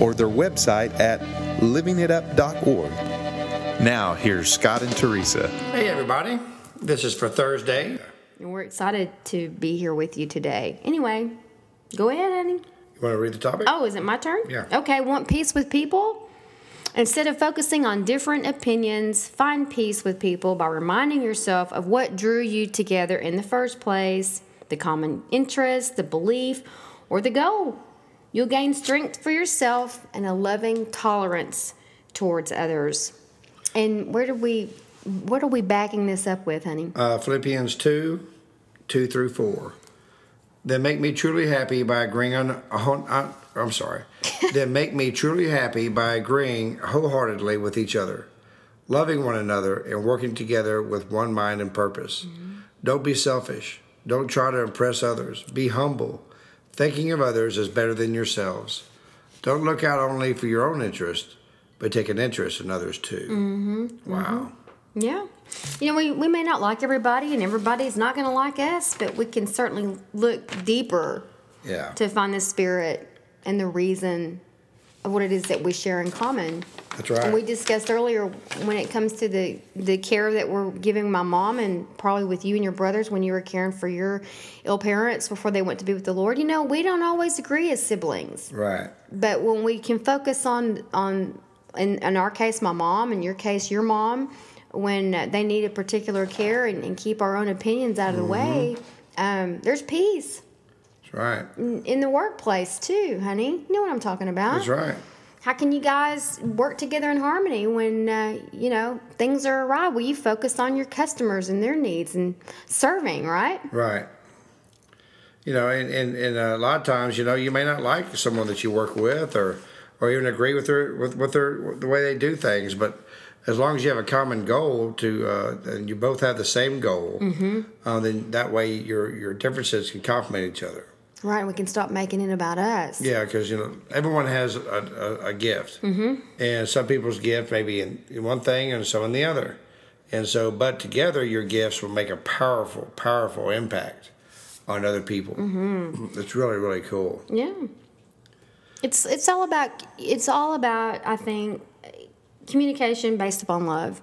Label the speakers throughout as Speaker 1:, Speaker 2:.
Speaker 1: or their website at livingitup.org. Now, here's Scott and Teresa.
Speaker 2: Hey, everybody. This is for Thursday. You
Speaker 3: And we're excited to be here with you today. Anyway, go ahead, honey.
Speaker 2: want to read the topic?
Speaker 3: Oh, is it my turn?
Speaker 2: Yeah.
Speaker 3: Okay, want peace with people? Instead of focusing on different opinions, find peace with people by reminding yourself of what drew you together in the first place the common interest, the belief, or the goal. You'll gain strength for yourself and a loving tolerance towards others. And where do we, what are we backing this up with, honey?
Speaker 2: Uh, Philippians 2 2 through 4. Then make me truly happy by agreeing on. on, on I'm sorry. then make me truly happy by agreeing wholeheartedly with each other, loving one another, and working together with one mind and purpose.
Speaker 3: Mm-hmm.
Speaker 2: Don't be selfish. Don't try to impress others. Be humble. Thinking of others is better than yourselves. Don't look out only for your own interest, but take an interest in others too.
Speaker 3: Mm-hmm.
Speaker 2: Wow.
Speaker 3: Yeah. You know, we, we may not like everybody and everybody's not going to like us, but we can certainly look deeper
Speaker 2: Yeah.
Speaker 3: to find the spirit and the reason of what it is that we share in common.
Speaker 2: That's right.
Speaker 3: And we discussed earlier when it comes to the, the care that we're giving my mom and probably with you and your brothers when you were caring for your ill parents before they went to be with the Lord. You know, we don't always agree as siblings
Speaker 2: right.
Speaker 3: but when we can focus on on in, in our case my mom in your case your mom when uh, they need a particular care and, and keep our own opinions out of the way
Speaker 2: Mm-hmm.
Speaker 3: um, there's peace
Speaker 2: That's right.
Speaker 3: in, in the workplace too honey you know what i'm talking about
Speaker 2: That's right.
Speaker 3: how can you guys work together in harmony when uh, you know things are awry well you focus on your customers and their needs and serving right
Speaker 2: Right. You know, and, and, and a lot of times, you know, you may not like someone that you work with or or even agree with their with, with their the way they do things, but as long as you have a common goal to uh, and you both have the same goal, uh, then that way your your differences can complement each other.
Speaker 3: right and we can stop making it about us
Speaker 2: Yeah, because you know everyone has a, a, a gift, mm-hmm. and some people's gift may be in in one thing and some in the other, and so but together your gifts will make a powerful, powerful impact on other people. Mm-hmm. It's really really cool.
Speaker 3: Yeah. It's it's all about it's all about I think communication based upon love.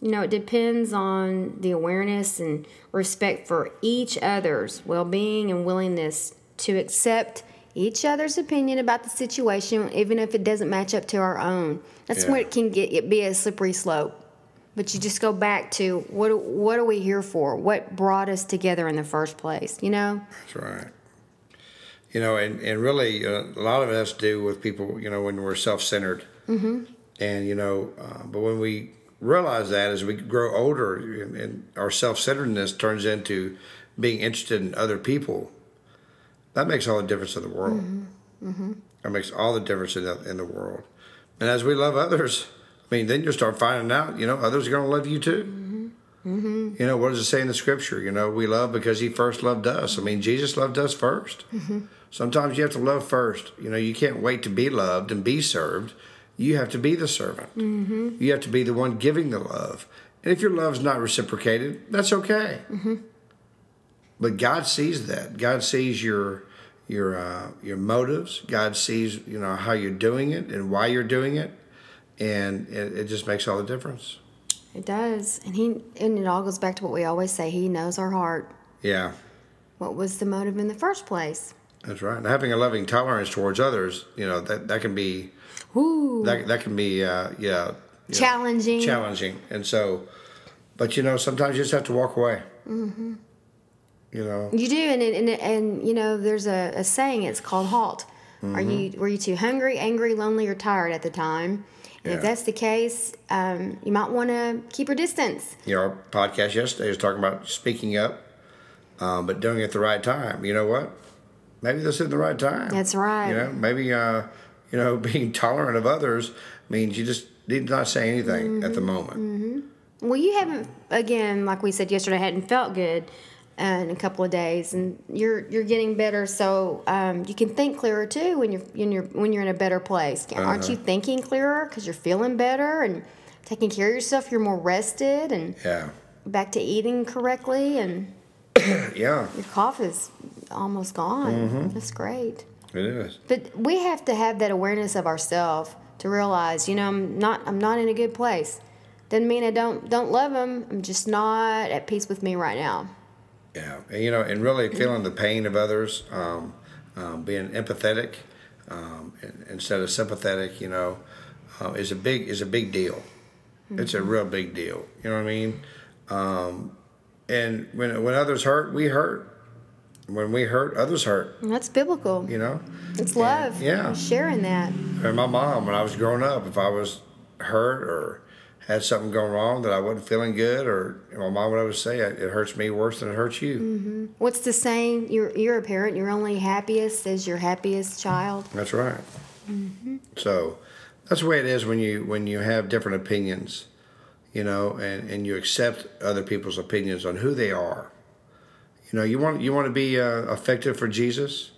Speaker 3: You know, it depends on the awareness and respect for each other's well-being and willingness to accept each other's opinion about the situation even if it doesn't match up to our own. That's
Speaker 2: Yeah.
Speaker 3: where it can get it be a slippery slope. But you just go back to what what are we here for? What brought us together in the first place, you know?
Speaker 2: That's right. You know, and and really uh, a lot of it has to do with people. You know, when we're self centered, mm-hmm. and you know, uh, but when we realize that as we grow older, and, and our self centeredness turns into being interested in other people, that makes all the difference in the world. That makes all the difference in the, in the world. And as we love others, I mean, then you start finding out, you know, others are going to love you too. You know, what does it say in the scripture? You know, we love because he first loved us. I mean, Jesus loved us 1st Sometimes you have to love first. You know, you can't wait to be loved and be served. You have to be the servant. You have to be the one giving the love. And if your love's not reciprocated, that's okay. But God sees that. God sees your your uh, your motives. God sees you know how you're doing it and why you're doing it, and it, it just makes all the difference.
Speaker 3: It does, and he and it all goes back to what we always say. He knows our heart.
Speaker 2: Yeah.
Speaker 3: What was the motive in the first place?
Speaker 2: That's right. And having a loving tolerance towards others, you know, that, that can be
Speaker 3: Ooh,
Speaker 2: that, that can be uh, yeah, yeah,
Speaker 3: challenging.
Speaker 2: challenging. And so, but you know, sometimes you just have to walk away. Mm-hmm. You know,
Speaker 3: You do, and and, and and you know, there's a, a saying. It's called halt. Are
Speaker 2: Mm-hmm.
Speaker 3: you were you too hungry, angry, lonely, or tired at the time? And
Speaker 2: Yeah.
Speaker 3: if that's the case, um, you might want to keep your distance.
Speaker 2: you know, our podcast yesterday was talking about speaking up, um, but doing it at the right time. You know what? Maybe this isn't the right time.
Speaker 3: That's right.
Speaker 2: You know, maybe uh, you know, being tolerant of others means you just need not say anything at the moment.
Speaker 3: Well, you haven't again, like we said yesterday, hadn't felt good uh, in a couple of days, and you're you're getting better. So um, you can think clearer too when you're when you're when you're in a better place. Aren't you thinking clearer because you're feeling better and taking care of yourself? You're more rested and
Speaker 2: Yeah.
Speaker 3: back to eating correctly, and
Speaker 2: Yeah,
Speaker 3: your cough is almost gone. That's great.
Speaker 2: it is.
Speaker 3: But we have to have that awareness of ourselves to realize, you know, I'm not I'm not in a good place. Doesn't mean I don't don't love him. I'm just not at peace with me right now.
Speaker 2: Yeah, and, you know, and really feeling the pain of others, um, um, being empathetic um, in- instead of sympathetic, you know, uh, is a big is a big deal. It's a real big deal. You know what I mean? Um, and when when others hurt, we hurt. When we hurt, others hurt.
Speaker 3: And that's biblical.
Speaker 2: You know.
Speaker 3: It's love.
Speaker 2: yeah.
Speaker 3: Sharing that.
Speaker 2: And my mom, when I was growing up, if I was hurt or had something going wrong that I wasn't feeling good, or my mom would always say, "It hurts me worse than it hurts you."
Speaker 3: What's the saying? You're you're a parent, you're only happiest as your happiest child.
Speaker 2: That's right. So that's the way it is when you when you have different opinions, you know, and, and you accept other people's opinions on who they are. You know, you want you want to be uh, effective for Jesus.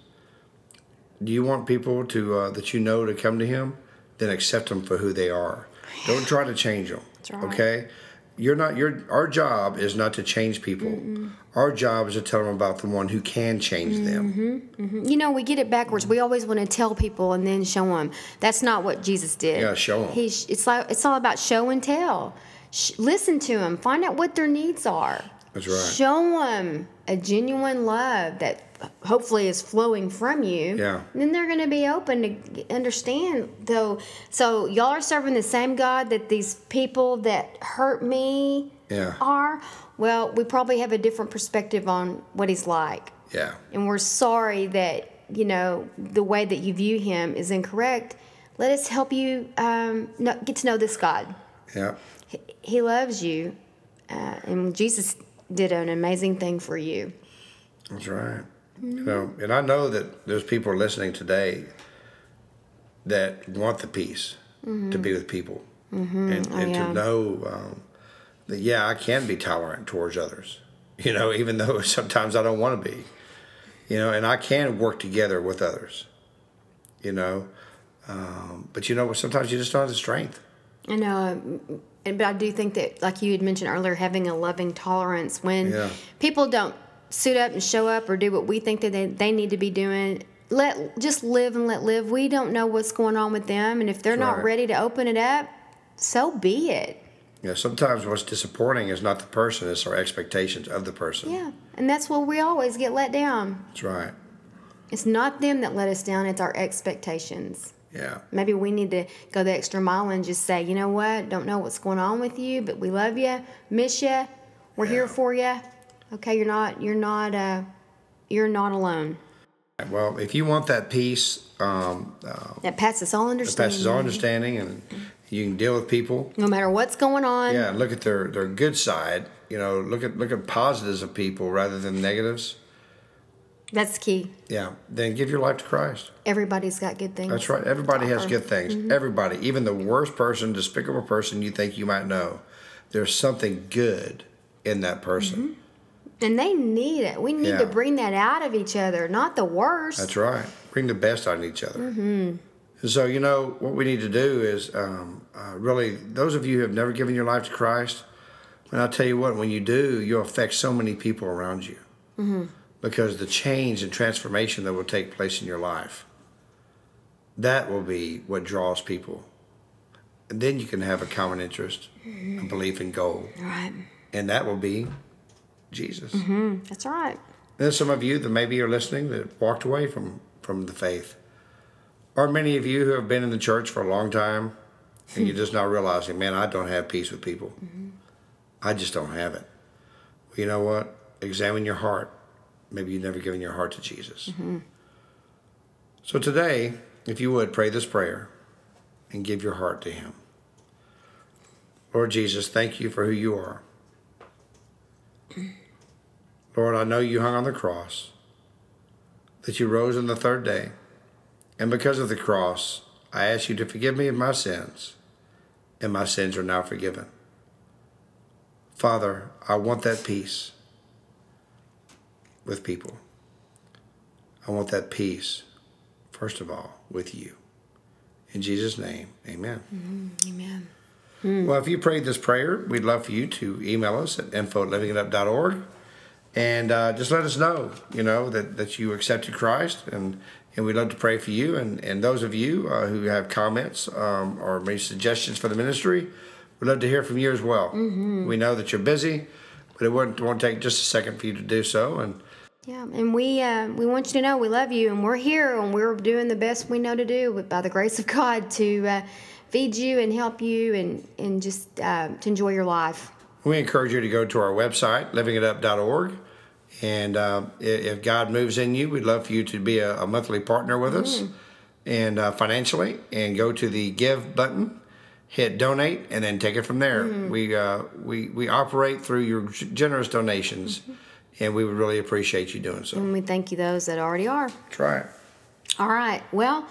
Speaker 2: Do you want people to uh, that you know to come to Him? Then accept them for who they are. Don't try to change them.
Speaker 3: right.
Speaker 2: Okay. You're not. Your our job is not to change people. Our job is to tell them about the one who can change them.
Speaker 3: You know, we get it backwards. We always want to tell people and then show them. That's not what Jesus did.
Speaker 2: Yeah, show 'em.
Speaker 3: He, it's like it's all about show and tell. Sh- listen to them. Find out what their needs are.
Speaker 2: That's right.
Speaker 3: Show them a genuine love that hopefully is flowing from you.
Speaker 2: Yeah.
Speaker 3: Then they're going to be open to g- understand. Though, so y'all are serving the same God that these people that hurt me
Speaker 2: Yeah.
Speaker 3: are. Well, we probably have a different perspective on what he's like
Speaker 2: Yeah.
Speaker 3: and we're sorry that you know the way that you view him is incorrect let us help you um, no, get to know this god
Speaker 2: Yeah.
Speaker 3: H- he loves you uh, and jesus did an amazing thing for you
Speaker 2: That's right. You know, and I know that there's people listening today that want the peace to be with people and, and
Speaker 3: Mm-hmm. Oh, yeah.
Speaker 2: to know um, that yeah, I can be tolerant towards others. You know, even though sometimes I don't want to be. You know, and I can work together with others. You know, um, but you know what? Sometimes you just don't have the strength.
Speaker 3: i know um, and- but i do think that like you had mentioned earlier having a loving tolerance when
Speaker 2: Yeah.
Speaker 3: people don't suit up and show up or do what we think that they, they need to be doing let just live and let live we don't know what's going on with them and if they're not
Speaker 2: Right.
Speaker 3: ready to open it up so be it
Speaker 2: You know, sometimes what's disappointing is not the person; it's our expectations of the person.
Speaker 3: Yeah, and that's where we always get let down.
Speaker 2: That's right.
Speaker 3: It's not them that let us down, it's our expectations.
Speaker 2: Yeah.
Speaker 3: Maybe we need to go the extra mile and just say, you know what, don't know what's going on with you, but we love you, miss you, we're here
Speaker 2: Yeah.
Speaker 3: for you. Okay, you're not, you're not, uh, you're not alone.
Speaker 2: Well, if you want that peace, um, uh,
Speaker 3: That passes all understanding.
Speaker 2: passes all understanding, and you can deal with people.
Speaker 3: No matter what's going on.
Speaker 2: Yeah, and look at their, their good side. You know, look at look at positives of people rather than negatives.
Speaker 3: That's key.
Speaker 2: Yeah, then give your life to Christ.
Speaker 3: Everybody's got good things.
Speaker 2: That's right. Everybody has good things. Everybody, even the worst person, despicable person you think you might know, there's something good in that person.
Speaker 3: And they need it. We need
Speaker 2: Yeah.
Speaker 3: to bring that out of each other, not the worst.
Speaker 2: That's right. Bring the best out of each other. Mm-hmm. So, you know, what we need to do is um, uh, really, those of you who have never given your life to Christ, and I'll tell you what, when you do, you'll affect so many people around you mm-hmm. because the change and transformation that will take place in your life, that will be what draws people. And then you can have a common interest, a belief in goal,
Speaker 3: All right. Mm,
Speaker 2: and that will be Jesus.
Speaker 3: That's right.
Speaker 2: There's some of you that maybe are listening that walked away from from the faith, or many of you who have been in the church for a long time, and you're just not realizing, man, I don't have peace with people. I just don't have it. Well, you know what? Examine your heart. Maybe you've never given your heart to Jesus. So today, if you would pray this prayer and give your heart to Him. Lord Jesus, thank you for who you are. Lord, I know you hung on the cross, that you rose on the third day, and because of the cross, I ask you to forgive me of my sins, and my sins are now forgiven. Father, I want that peace with people. I want that peace, first of all, with you. In Jesus' name, amen.
Speaker 3: Amen.
Speaker 2: Well, if you prayed this prayer, we'd love for you to email us at info at livingitup.org and uh, just let us know, you know, that, that you accepted Christ and, and we'd love to pray for you. And, and those of you uh, who have comments um, or maybe suggestions for the ministry, we'd love to hear from you as well. We know that you're busy, but it won't, won't take just a second for you to do so. And
Speaker 3: Yeah, and we uh, we want you to know we love you, and we're here, and we're doing the best we know to do with, by the grace of God to uh, feed you and help you, and and just uh, to enjoy your life.
Speaker 2: we encourage you to go to our website, livingitup.org. And uh, i- if God moves in you, we'd love for you to be a, a monthly partner with us and uh, financially and go to the give button, hit donate, and then take it from there. We, uh, we, we operate through your g- generous donations, and we would really appreciate you doing so.
Speaker 3: And we thank you those that already are.
Speaker 2: Try it.
Speaker 3: All right. Well,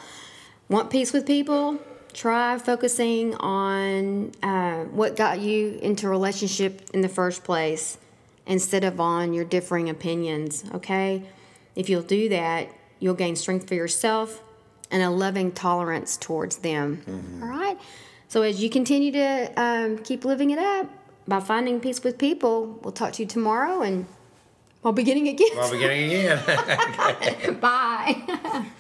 Speaker 3: want peace with people. Try focusing on uh, what got you into a relationship in the first place instead of on your differing opinions, okay? If you'll do that, you'll gain strength for yourself and a loving tolerance towards them. All right? So, as you continue to um, keep living it up by finding peace with people, we'll talk to you tomorrow and while beginning again.
Speaker 2: Well, beginning again.
Speaker 3: Bye.